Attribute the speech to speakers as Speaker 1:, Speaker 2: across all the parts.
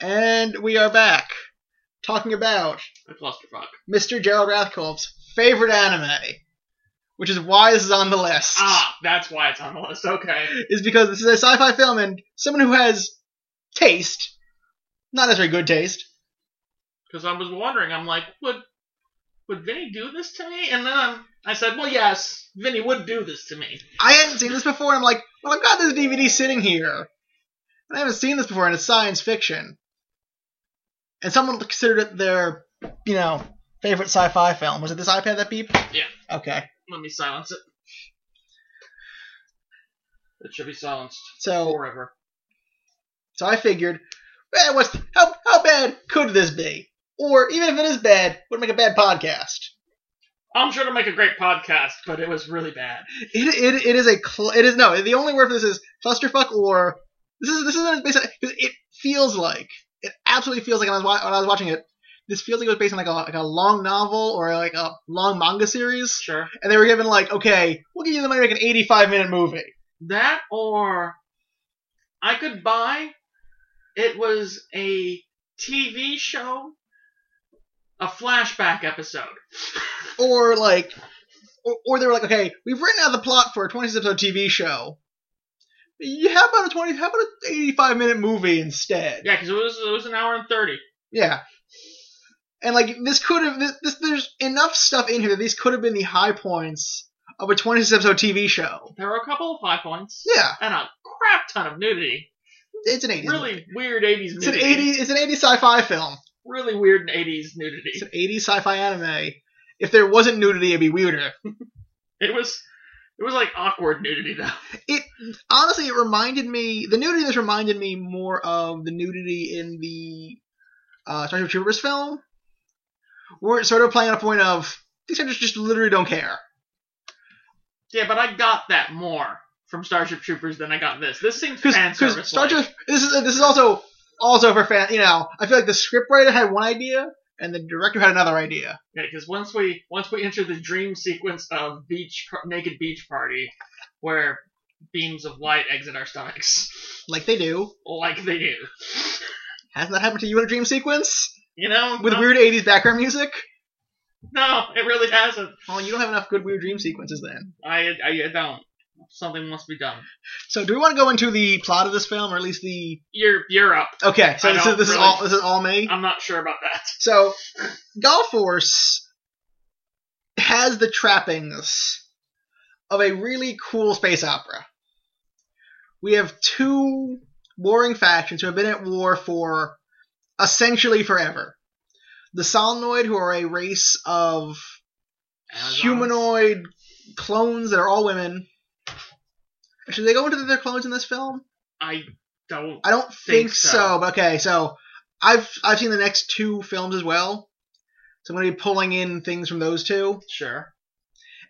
Speaker 1: And we are back talking about
Speaker 2: I clusterfuck.
Speaker 1: Mr. Gerald Rathkolb's favorite anime, which is why this is on the list.
Speaker 2: Ah, that's why it's on the list. Okay.
Speaker 1: Is because this is a sci fi film and someone who has taste, not necessarily good taste,
Speaker 2: Because I was wondering, I'm like, would would Vinny do this to me? And then I'm- I said, well, yes, Vinny would do this to me.
Speaker 1: I hadn't seen this before, and I'm like, well, I've got this DVD sitting here. And I haven't seen this before, and it's science fiction. And someone considered it their, you know, favorite sci fi film. Was it this iPad that beeped?
Speaker 2: Yeah.
Speaker 1: Okay.
Speaker 2: Let me silence it. It should be silenced
Speaker 1: So
Speaker 2: forever. so
Speaker 1: so I figured, man, what's how, how bad could this be? Or even if it is bad, would it make a bad podcast?
Speaker 2: I'm sure it'll make a great podcast, but it was really bad.
Speaker 1: It, it, it is a cl- it is no the only word for this is clusterfuck or this is this isn't based on because it feels like it absolutely feels like when I was wa- when I was watching it this feels like it was based on like a like a long novel or like a long manga series
Speaker 2: Sure.
Speaker 1: and they were given like okay we'll give you the money to make an 85 minute movie
Speaker 2: That or I could buy it was a TV show, a flashback episode.
Speaker 1: or like or, or they were like okay we've written out the plot for a 26 episode TV show yeah, how about a 20 how about an 85 minute movie instead
Speaker 2: Yeah, because it was it was an hour and thirty.
Speaker 1: Yeah. And like this could have this, this there's enough stuff in here that these could have been the high points of a 26 episode TV show.
Speaker 2: There were a couple of high points
Speaker 1: Yeah,
Speaker 2: and a crap ton of nudity.
Speaker 1: it's an 80s.
Speaker 2: Really weird '80s
Speaker 1: It's an
Speaker 2: nudity.
Speaker 1: 80 it's an 80 sci-fi film.
Speaker 2: Really weird '80s nudity.
Speaker 1: It's an 80 sci-fi anime. If there wasn't nudity, it'd be weirder.
Speaker 2: It was it was like awkward nudity though.
Speaker 1: Honestly, it reminded me the nudity in this reminded me more of the nudity in the uh, Starship Troopers film, where it's sort of playing on a point of these actors just literally don't care.
Speaker 2: Yeah, but I got that more from Starship Troopers than I got this. This seems fan
Speaker 1: because
Speaker 2: service.
Speaker 1: Star Trek. This is this is also also for fan. You know, I feel like the scriptwriter had one idea and the director had another idea.
Speaker 2: Yeah, because once we once we enter the dream sequence of beach par- naked beach party, where beams of light exit our stomachs,
Speaker 1: Like they do.
Speaker 2: like they do.
Speaker 1: Hasn't that happened to you in a dream sequence
Speaker 2: You know,
Speaker 1: with
Speaker 2: no,
Speaker 1: weird '80s background music?
Speaker 2: no, it really hasn't.
Speaker 1: Well, you don't have enough good weird dream sequences then.
Speaker 2: I I, I don't. Something must be done.
Speaker 1: So, do we want to go into the plot of this film, or at least the?
Speaker 2: You're you're up.
Speaker 1: Okay, so
Speaker 2: I
Speaker 1: this is
Speaker 2: don't
Speaker 1: this is
Speaker 2: really-
Speaker 1: all this is all me.
Speaker 2: I'm not sure about that.
Speaker 1: So, Golf Force has the trappings of a really cool space opera. We have two warring factions who have been at war for essentially forever. The Solenoid, who are a race of
Speaker 2: Amazons.
Speaker 1: humanoid clones that are all women. Should they go into their clones in this film?
Speaker 2: I don't.
Speaker 1: I don't think,
Speaker 2: Think
Speaker 1: so.
Speaker 2: so.
Speaker 1: But okay, so I've I've seen the next two films as well, so I'm gonna be pulling in things from those two,
Speaker 2: Sure.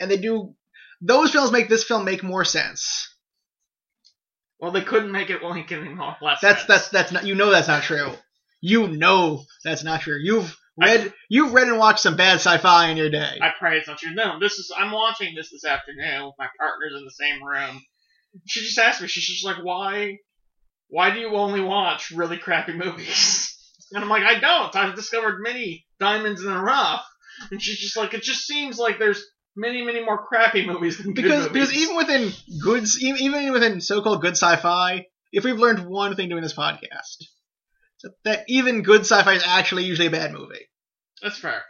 Speaker 1: and they do. Those films make this film make more sense.
Speaker 2: Well, they couldn't make it link anymore. Less
Speaker 1: That's
Speaker 2: sense.
Speaker 1: that's that's not. You know that's not true. You know that's not true. You've
Speaker 2: I-
Speaker 1: read you've read and watched some bad sci-fi in your day.
Speaker 2: I pray it's not true. No, this is. I'm watching this this afternoon. with My partner's in the same room. She just asked me. She's just like, "Why? Why do you only watch really crappy movies?" And I'm like, "I don't. I've discovered many diamonds in the rough." And she's just like, "It just seems like there's many, many more crappy movies than good
Speaker 1: because
Speaker 2: movies."
Speaker 1: because even within good even, even within so-called good sci-fi, if we've learned one thing doing this podcast, it's that even good sci-fi is actually usually a bad movie.
Speaker 2: That's fair.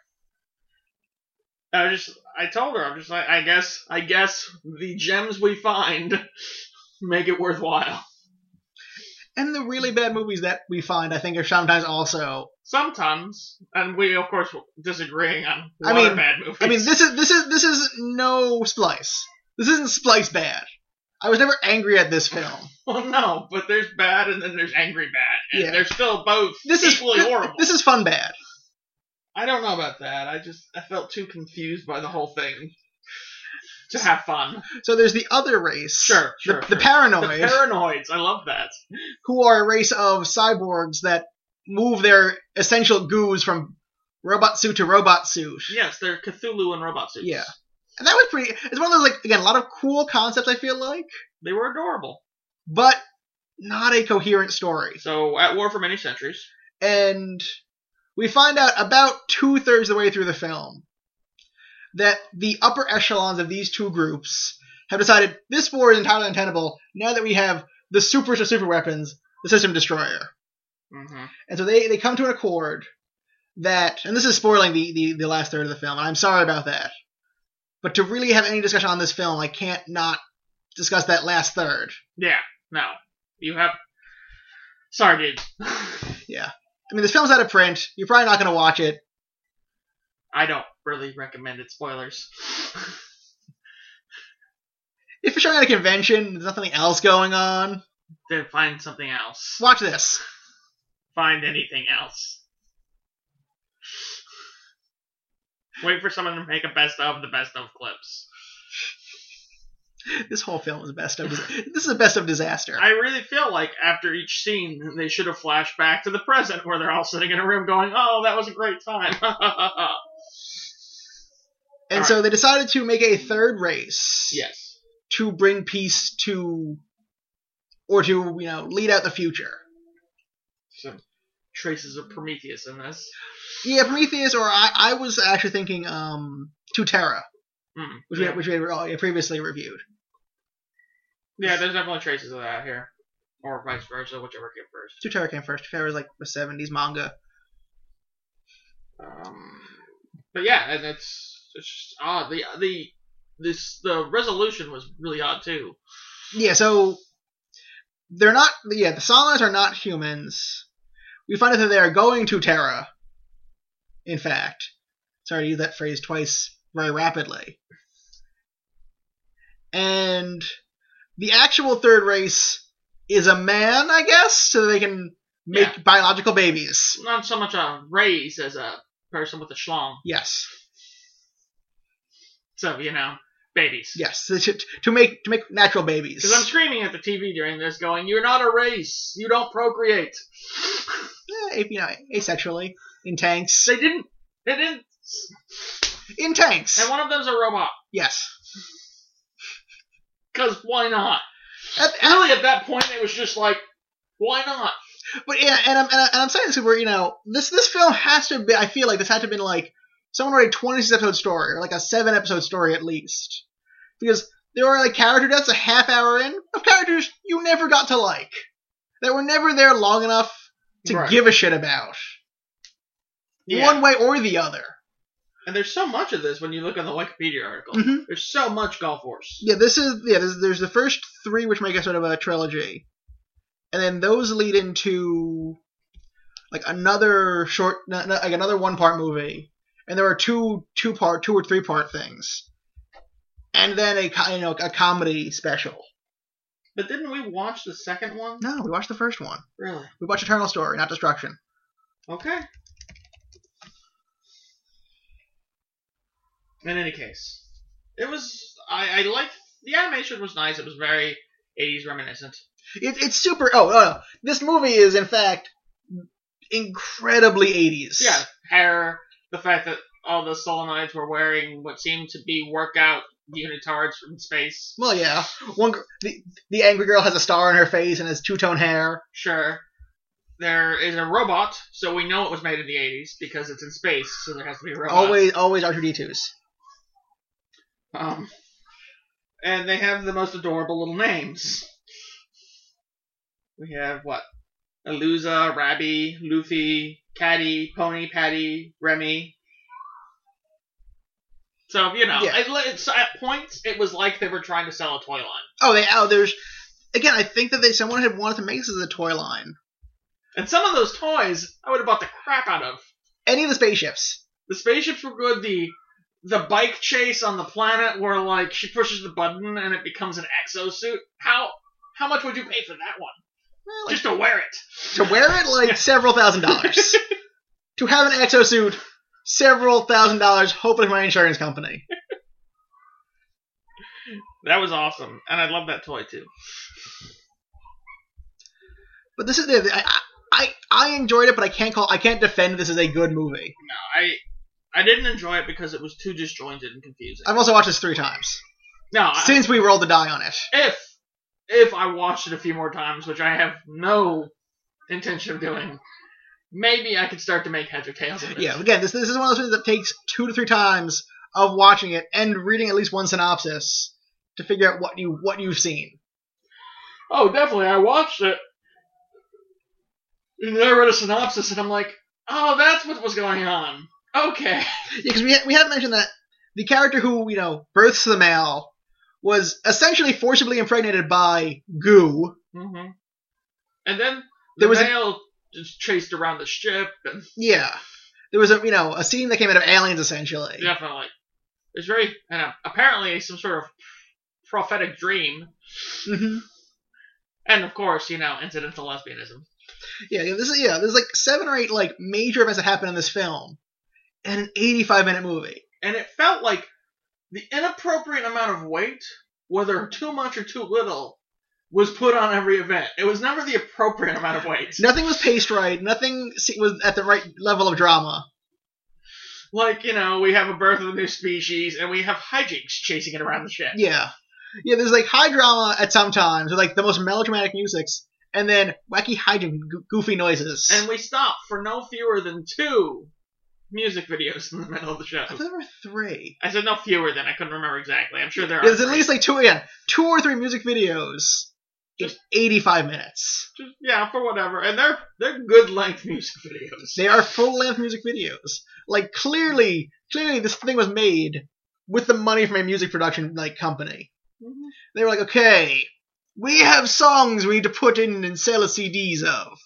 Speaker 2: I just, I told her, I'm just like, I guess, I guess the gems we find make it worthwhile.
Speaker 1: And the really bad movies that we find, I think, are sometimes also.
Speaker 2: Sometimes, and we of course were disagreeing on
Speaker 1: I
Speaker 2: what are
Speaker 1: mean-
Speaker 2: bad movies.
Speaker 1: I mean, this is this is this is no splice. This isn't splice bad. I was never angry at this film.
Speaker 2: well, no, but there's bad and then there's angry bad, and
Speaker 1: Yeah.
Speaker 2: they're still both
Speaker 1: This is
Speaker 2: equally
Speaker 1: thi-
Speaker 2: horrible.
Speaker 1: This is fun bad.
Speaker 2: I don't know about that. I just, I felt too confused by the whole thing to have fun.
Speaker 1: So there's the other race,
Speaker 2: Sure,
Speaker 1: the,
Speaker 2: sure,
Speaker 1: the
Speaker 2: sure. The
Speaker 1: paranoid,
Speaker 2: paranoids, I love that.
Speaker 1: who are a race of cyborgs that move their essential goos from robot suit to robot suit.
Speaker 2: Yes, they're Cthulhu and robot suits.
Speaker 1: Yeah. And that was pretty. It's one of those like again a lot of cool concepts. I feel like,
Speaker 2: they were adorable.
Speaker 1: but not a coherent story.
Speaker 2: So, at war for many centuries.
Speaker 1: and we find out about two thirds of the way through the film that the upper echelons of these two groups have decided this war is entirely untenable now that we have the super to super weapons, the system destroyer.
Speaker 2: hmm
Speaker 1: And so they, they come to an accord that, and this is spoiling the, the, the last third of the film, and I'm sorry about that. But to really have any discussion on this film, I can't not discuss that last third.
Speaker 2: Yeah, no. You have. Sorry, dude.
Speaker 1: I mean, this film's out of print. You're probably not going to watch it.
Speaker 2: I don't really recommend it. Spoilers.
Speaker 1: If you're showing at a convention, there's nothing else going on.
Speaker 2: then find something else.
Speaker 1: Watch this.
Speaker 2: Find anything else. Wait for someone to make a best of the best of clips.
Speaker 1: This whole film is best of. This is a best of disaster.
Speaker 2: I really feel like after each scene, they should have flashed back to the present where they're all sitting in a room going, oh, that was a great time.
Speaker 1: and so they decided to make a third race
Speaker 2: yes.
Speaker 1: to bring peace to, or to you know lead out the future.
Speaker 2: Some traces of Prometheus in this.
Speaker 1: Yeah, Prometheus, or I, I was actually thinking um, to Terra,
Speaker 2: Mm,
Speaker 1: which
Speaker 2: yeah.
Speaker 1: we which we had uh, previously reviewed.
Speaker 2: yeah, there's definitely traces of that here. Or vice versa, whichever came first.
Speaker 1: To Terra came first. Terra was like a '70s manga.
Speaker 2: Um, but yeah, and it's it's just odd. The the this the resolution was really odd too.
Speaker 1: Yeah, so they're not. Yeah, the Solomons are not humans. We find out that they are going to Terra. In fact, sorry to use that phrase twice very rapidly. And the actual third race is a man, I guess, so they can make
Speaker 2: Yeah.
Speaker 1: biological babies.
Speaker 2: It's not so much a raise as a person with a schlong.
Speaker 1: Yes,
Speaker 2: So you know, babies.
Speaker 1: yes, to, to- to make to make natural babies.
Speaker 2: Because I'm screaming at the TV during this, going, "You're not a race. You don't procreate."
Speaker 1: Eh, you know, asexually in tanks.
Speaker 2: They didn't. They didn't.
Speaker 1: In tanks.
Speaker 2: And one of them's a robot.
Speaker 1: yes.
Speaker 2: Because why not?
Speaker 1: At- at-
Speaker 2: Really, at that point, it was just like, why not?
Speaker 1: But yeah, and I'm and, I, and I'm saying this where you know this this film has to be. I feel like this had to have been like someone wrote a 26 episode story or like a seven episode story at least, because there were like character deaths a half hour in of characters you never got to like that were never there long enough to
Speaker 2: Right.
Speaker 1: give a shit about
Speaker 2: Yeah.
Speaker 1: one way or the other.
Speaker 2: and there's so much of this when you look on the Wikipedia article.
Speaker 1: Mhm.
Speaker 2: There's so much Golf Horse.
Speaker 1: Yeah, this is yeah. There's, there's the first three, which make a sort of a trilogy, and then those lead into like another short, n- n- like another one part movie, and there are two two part, two or three part things, and then a co- you know a comedy special.
Speaker 2: But didn't we watch the second one?
Speaker 1: No, we watched the first one.
Speaker 2: Really?
Speaker 1: We watched Eternal Story, not Destruction.
Speaker 2: Okay. In any case, it was. I, I liked. The animation was nice. It was very 80s reminiscent.
Speaker 1: It, it's super. Oh, no, no, this movie is in fact incredibly 80s.
Speaker 2: Yeah, hair, the fact that all the solenoids were wearing what seemed to be workout unitards from space.
Speaker 1: Well, yeah. One gr- the the angry girl has a star on her face and has two tone hair.
Speaker 2: Sure. There is a robot, so we know it was made in the 80s because it's in space, so there has to be a robot.
Speaker 1: Always, always R2D2s.
Speaker 2: Um, and they have the most adorable little names. We have what? Aluza, Rabby, Luffy, Caddy, Pony, Patty, Remy. So you know,
Speaker 1: Yeah.
Speaker 2: it, it's, at points it was like they were trying to sell a toy line.
Speaker 1: Oh, they oh, there's again. I think that they someone had wanted to make this as a toy line.
Speaker 2: And some of those toys I would have bought the crap out of.
Speaker 1: Any of the spaceships.
Speaker 2: The spaceships were good. The the bike chase on the planet where like she pushes the button and it becomes an exosuit. How how much would you pay for that one?
Speaker 1: Well, like,
Speaker 2: Just to wear it.
Speaker 1: to wear it like several thousand dollars. to have an exosuit, several thousand dollars. Hopefully, my insurance company.
Speaker 2: That was awesome, and I love that toy too.
Speaker 1: But this is the I I I enjoyed it, but I can't call I can't defend this as a good movie.
Speaker 2: No, I I didn't enjoy it because it was too disjointed and confusing.
Speaker 1: I've also watched this three times
Speaker 2: no, I,
Speaker 1: since we rolled the die on it.
Speaker 2: if if I watched it a few more times, which I have no intention of doing, maybe I could start to make heads or tails of it.
Speaker 1: Yeah, again, this this is one of those things that takes two to three times of watching it and reading at least one synopsis to figure out what you what you've seen.
Speaker 2: Oh, definitely. I watched it. And then I read a synopsis, and I'm like, oh, that's what was going on. Okay.
Speaker 1: Because we ha- we have mentioned that the character who you know births the male was essentially forcibly impregnated by goo.
Speaker 2: hmm And then the
Speaker 1: Mm-hmm. There was a-
Speaker 2: male is chased around the ship, and
Speaker 1: Yeah, there was a you know a scene that came out of Aliens essentially.
Speaker 2: definitely, it's very and uh, apparently some sort of prophetic dream,
Speaker 1: hmm
Speaker 2: and of course, you know, incidental lesbianism.
Speaker 1: Yeah, yeah, this is yeah. There's like seven or eight like major events that happen in this film, and an 85 minute movie.
Speaker 2: and it felt like the inappropriate amount of weight, whether too much or too little, was put on every event. It was never the appropriate amount of weight.
Speaker 1: Nothing was paced right. Nothing se- was at the right level of drama.
Speaker 2: Like, you know, we have a birth of a new species, and we have hijinks chasing it around the ship.
Speaker 1: Yeah, yeah. There's like high drama at some times with like the most melodramatic musics, and then wacky hijink, go- goofy noises.
Speaker 2: And we stop for no fewer than two music videos in the middle of the show.
Speaker 1: I thought there were three.
Speaker 2: I said no fewer than, I couldn't remember exactly. I'm sure there are.
Speaker 1: There's at
Speaker 2: three.
Speaker 1: least like two again, two or three music videos in
Speaker 2: Just-
Speaker 1: 85 minutes.
Speaker 2: Just, yeah, for whatever. And they're they're good length music videos.
Speaker 1: They are full length music videos. Like clearly, clearly this thing was made with the money from a music production like company.
Speaker 2: Mhm.
Speaker 1: They were like, okay, we have songs we need to put in and sell as CDs of.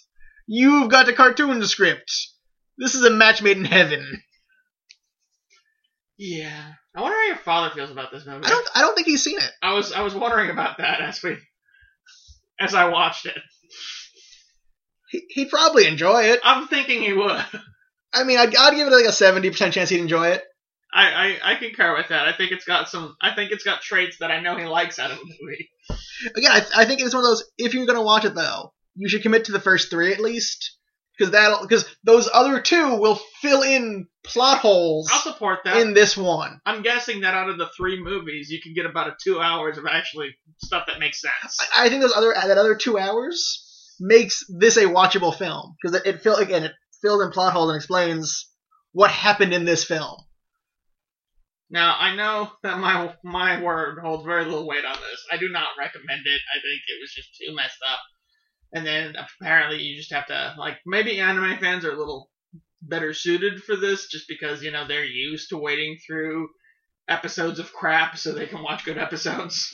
Speaker 1: You've got a cartoon script. This is a match made in heaven.
Speaker 2: Yeah. I wonder how your father feels about this movie.
Speaker 1: I don't, I don't think he's seen it.
Speaker 2: I was I was wondering about that as we as I watched it.
Speaker 1: He, he'd probably enjoy it.
Speaker 2: I'm thinking he would.
Speaker 1: I mean, I'd, I'd give it like a 70% chance he'd enjoy it.
Speaker 2: I, I I concur with that. I think it's got some. I think it's got traits that I know he likes out of a movie.
Speaker 1: again, I, I think it's one of those. If you're gonna watch it though, you should commit to the first three at least, because that'll because those other two will fill in plot holes
Speaker 2: I'll support that.
Speaker 1: in this one.
Speaker 2: I'm guessing that out of the three movies, you can get about a two hours of actually stuff that makes sense.
Speaker 1: I, I think those other that other two hours makes this a watchable film because it, it fill again it fills in plot holes and explains what happened in this film.
Speaker 2: Now I know that my my word holds very little weight on this. I do not recommend it. I think it was just too messed up. And then apparently you just have to like maybe anime fans are a little better suited for this just because you know they're used to waiting through episodes of crap so they can watch good episodes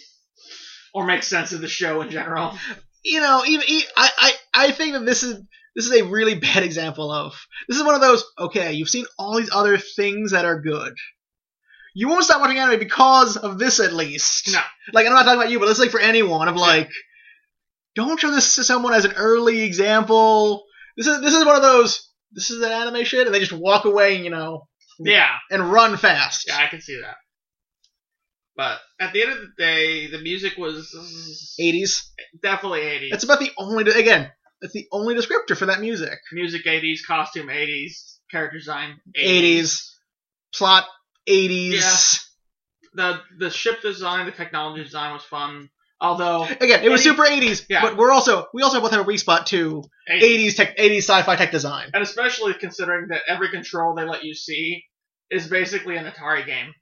Speaker 2: or make sense of the show in general.
Speaker 1: you know, even, e I I I think that this is this is a really bad example of this is one of those. Okay, you've seen all these other things that are good. You won't stop watching anime because of this, at least.
Speaker 2: No.
Speaker 1: Like I'm not talking about you, but it's like for anyone of like, don't show this to someone as an early example. This is this is one of those. This is that anime shit, and they just walk away, you know,
Speaker 2: Yeah,
Speaker 1: and run fast.
Speaker 2: yeah, I can see that. But at the end of the day, the music was
Speaker 1: 80s.
Speaker 2: definitely 80s.
Speaker 1: That's about the only again. That's the only descriptor for that music.
Speaker 2: music 80s, costume 80s, character design 80s.
Speaker 1: 80s. Plot 80s.
Speaker 2: The the ship design, the technology design was fun. Although
Speaker 1: Again, it was
Speaker 2: 80s.
Speaker 1: super 80s,
Speaker 2: Yeah.
Speaker 1: but we're also we also both have a weak spot to
Speaker 2: 80s,
Speaker 1: 80s tech, 80s sci-fi tech design.
Speaker 2: and especially considering that every control they let you see is basically an Atari game.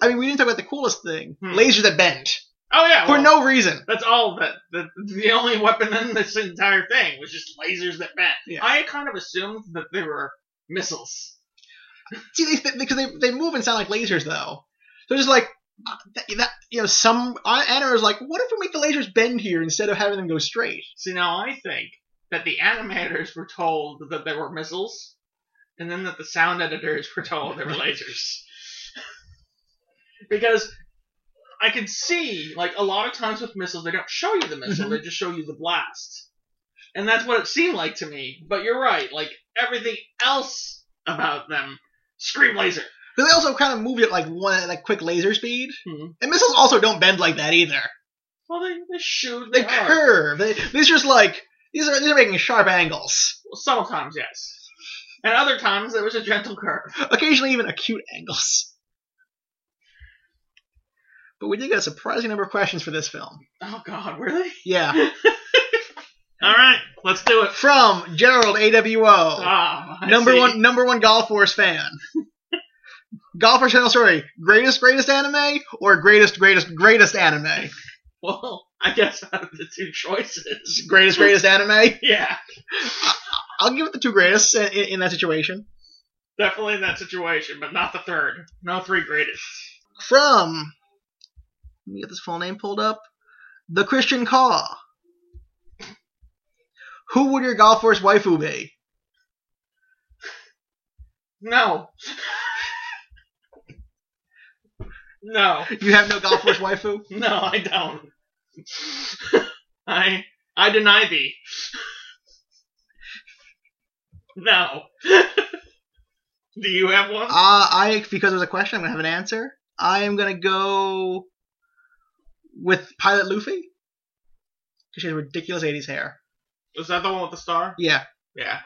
Speaker 1: I mean, we didn't talk about the coolest thing:
Speaker 2: Hmm.
Speaker 1: lasers that bend
Speaker 2: Oh yeah,
Speaker 1: for
Speaker 2: well,
Speaker 1: no reason.
Speaker 2: That's all that the, the only weapon in this entire thing was just lasers that bent.
Speaker 1: Yeah.
Speaker 2: I kind of assumed that they were missiles.
Speaker 1: See, they, because they, they move and sound like lasers, though. They're just like uh, that, that- You know, some uh, Anna is like, what if we make the lasers bend here instead of having them go straight?
Speaker 2: See now I think that the animators were told that they were missiles, and then that the sound editors were told they were lasers. because I can see, like a lot of times with missiles, they don't show you the missile; they just show you the blast, and that's what it seemed like to me. But you're right; like everything else about them, scream laser.
Speaker 1: Because they also kind of moved at like one like quick laser speed,
Speaker 2: Hmm.
Speaker 1: and missiles also don't bend like that either.
Speaker 2: Well, they, they shoot.
Speaker 1: They
Speaker 2: They are.
Speaker 1: curve. They, these are just like these are these are making sharp angles.
Speaker 2: Sometimes, yes, and other times it was a gentle curve.
Speaker 1: occasionally even acute angles. But we did get a surprising number of questions for this film.
Speaker 2: Oh God, really?
Speaker 1: Yeah.
Speaker 2: All right, let's do it.
Speaker 1: From Gerald AWO,
Speaker 2: Ah, I
Speaker 1: Oh, number
Speaker 2: see.
Speaker 1: one number one Golf Force fan. Golf Force Channel Story, greatest greatest anime or greatest greatest greatest anime?
Speaker 2: Well, I guess out of the two choices.
Speaker 1: Greatest greatest anime.
Speaker 2: Yeah,
Speaker 1: I'll give it the two greatest in, in that situation.
Speaker 2: definitely in that situation, but not the third. No three greatest.
Speaker 1: From let me get this full name pulled up. The Christian Caw. Who would your Golf Force waifu be?
Speaker 2: No. no,
Speaker 1: You have no Golf Force waifu? uh,
Speaker 2: no, I don't. I I deny thee. No. Do you have one?
Speaker 1: Uh, I because there's a question, I'm gonna have an answer. I am gonna go with Pilot Luffy because she has ridiculous '80s hair.
Speaker 2: Is that the one with the star?
Speaker 1: Yeah.
Speaker 2: Yeah.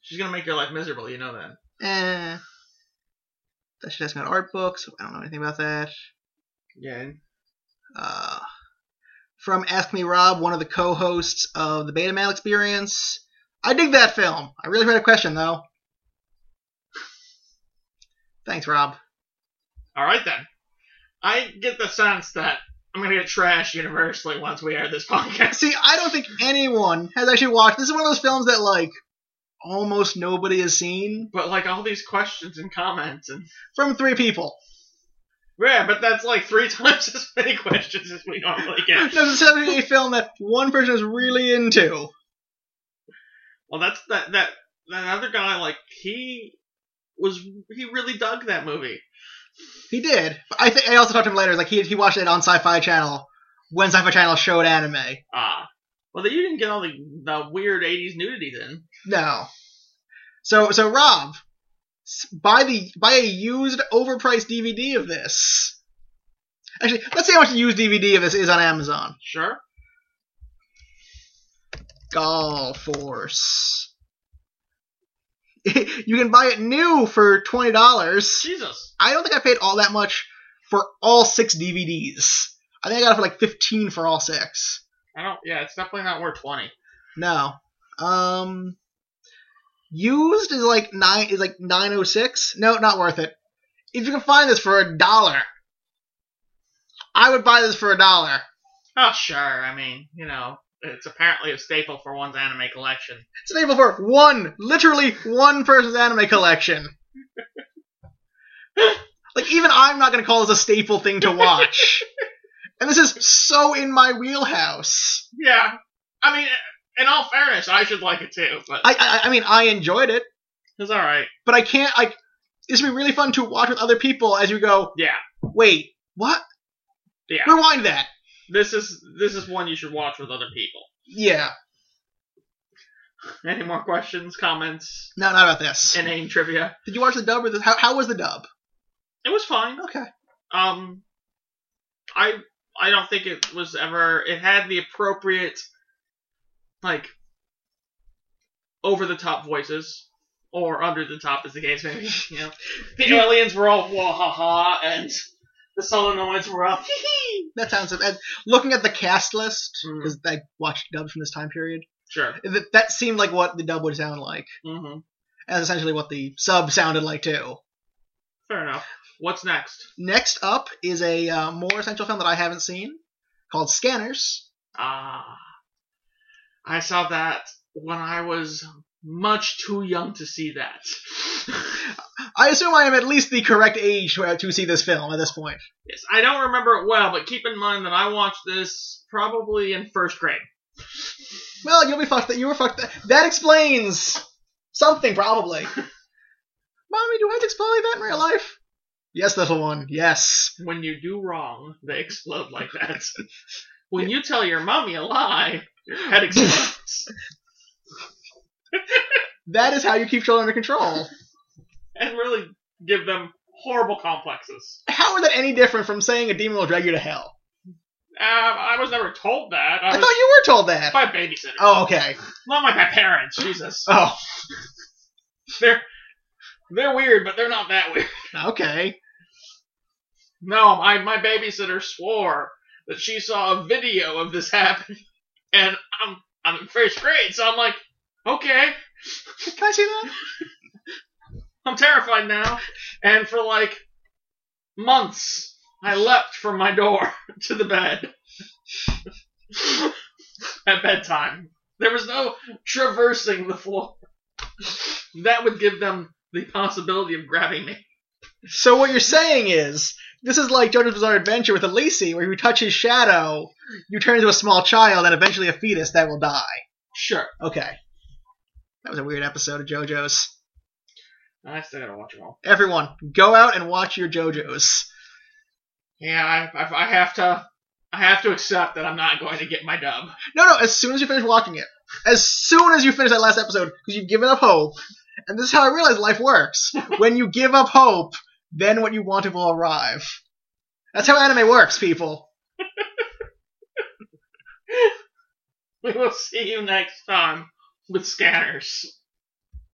Speaker 2: She's gonna make your life miserable, you know that.
Speaker 1: Eh. That shit has got art books. I don't know anything about that.
Speaker 2: Yeah.
Speaker 1: Uh, from Ask Me Rob, one of the co-hosts of the Beta Male Experience. I dig that film. I really read a question though. Thanks, Rob.
Speaker 2: All right then. I get the sense that I'm gonna get trashed universally once we air this podcast.
Speaker 1: See, I don't think anyone has actually watched. This is one of those films that like almost nobody has seen
Speaker 2: But like all these questions and comments and
Speaker 1: from three people.
Speaker 2: yeah, but that's like three times as many questions as we normally
Speaker 1: No,
Speaker 2: get.
Speaker 1: this is a film that one person is really into.
Speaker 2: Well, that's that that that other guy like he was he really dug that movie.
Speaker 1: He did. But I think I also talked to him later. Like he he watched it on Sci-Fi Channel when Sci-Fi Channel showed anime.
Speaker 2: Ah, well, then you didn't get all the, the weird '80s nudity then.
Speaker 1: No. So so Rob, s- buy the buy a used overpriced DVD of this. Actually, let's see how much the used DVD of this is on Amazon.
Speaker 2: Sure.
Speaker 1: Gall Force. you can buy it new for twenty dollars.
Speaker 2: Jesus.
Speaker 1: I don't think I paid all that much for all six DVDs. I think I got it for like fifteen for all six.
Speaker 2: I don't. Yeah, it's definitely not worth twenty.
Speaker 1: No. Um used is like nine is like nine oh six. No, not worth it. If you can find this for a dollar. I would buy this for a dollar.
Speaker 2: Oh, sure. I mean, you know, it's apparently a staple for one's anime collection.
Speaker 1: It's an able for one, literally one person's anime collection. like even I'm not gonna call this a staple thing to watch. and this is so in my wheelhouse.
Speaker 2: Yeah. I mean, in all fairness, I should like it too, but
Speaker 1: I I, I mean I enjoyed it,
Speaker 2: it's all right.
Speaker 1: but I can't like this would be really fun to watch with other people as you go,
Speaker 2: Yeah.
Speaker 1: wait, what?
Speaker 2: Yeah.
Speaker 1: Rewind that.
Speaker 2: This is this is one you should watch with other people.
Speaker 1: Yeah.
Speaker 2: Any more questions, comments,
Speaker 1: No, not about this.
Speaker 2: inane trivia?
Speaker 1: Did you watch the dub or the how, how was the dub?
Speaker 2: It was fine.
Speaker 1: Okay.
Speaker 2: Um, I I don't think it was ever. It had the appropriate, like, over the top voices, or under the top, as the case may be. You know, the aliens were all wah ha ha, and the solenoids were all hee hee.
Speaker 1: That sounds. And looking at the cast list,
Speaker 2: Mm.
Speaker 1: because I watched dubs from this time period,
Speaker 2: Sure.
Speaker 1: that, that seemed like what the dub would sound like,
Speaker 2: Mm-hmm.
Speaker 1: and essentially what the sub sounded like too.
Speaker 2: Fair enough. What's next?
Speaker 1: Next up is a uh, more essential film that I haven't seen called Scanners.
Speaker 2: Ah, I saw that when I was much too young to see that.
Speaker 1: I assume I am at least the correct age to, to see this film at this point.
Speaker 2: Yes, I don't remember it well, but keep in mind that I watched this probably in first grade.
Speaker 1: Well, you'll be fucked. That you were fucked. That, that explains something probably. Mommy, do I have to explain that in real life? Yes, little one. Yes.
Speaker 2: When you do wrong, they explode like that. when you tell your mommy a lie, your head explodes.
Speaker 1: That is how you keep children under control.
Speaker 2: and really give them horrible complexes.
Speaker 1: How is that any different from saying a demon will drag you to hell?
Speaker 2: Um, I was never told that.
Speaker 1: I
Speaker 2: I
Speaker 1: thought
Speaker 2: was
Speaker 1: you were told that.
Speaker 2: by a babysitter.
Speaker 1: Oh, okay.
Speaker 2: Not like my parents, Jesus.
Speaker 1: Oh,
Speaker 2: They're they're weird, but they're not that weird.
Speaker 1: okay.
Speaker 2: No, my my babysitter swore that she saw a video of this happen and I'm I'm in first grade, so I'm like, okay,
Speaker 1: Can I see that?
Speaker 2: I'm terrified now. And for like months, I leapt from my door to the bed at bedtime. There was no traversing the floor. That would give them the possibility of grabbing me.
Speaker 1: So what you're saying is this is like JoJo's Bizarre Adventure with Elise, where if you touch his shadow, you turn into a small child and eventually a fetus that will die.
Speaker 2: Sure.
Speaker 1: Okay. That was a weird episode of JoJo's.
Speaker 2: I still gotta watch them all.
Speaker 1: Everyone, go out and watch your JoJo's.
Speaker 2: Yeah, I, I, I have to. I have to accept that I'm not going to get my dub.
Speaker 1: No, no, as soon as you finish watching it. As soon as you finish that last episode, because you've given up hope. And this is how I realize life works. when you give up hope, then what you wanted will arrive. That's how anime works, people.
Speaker 2: We will see you next time with Scanners.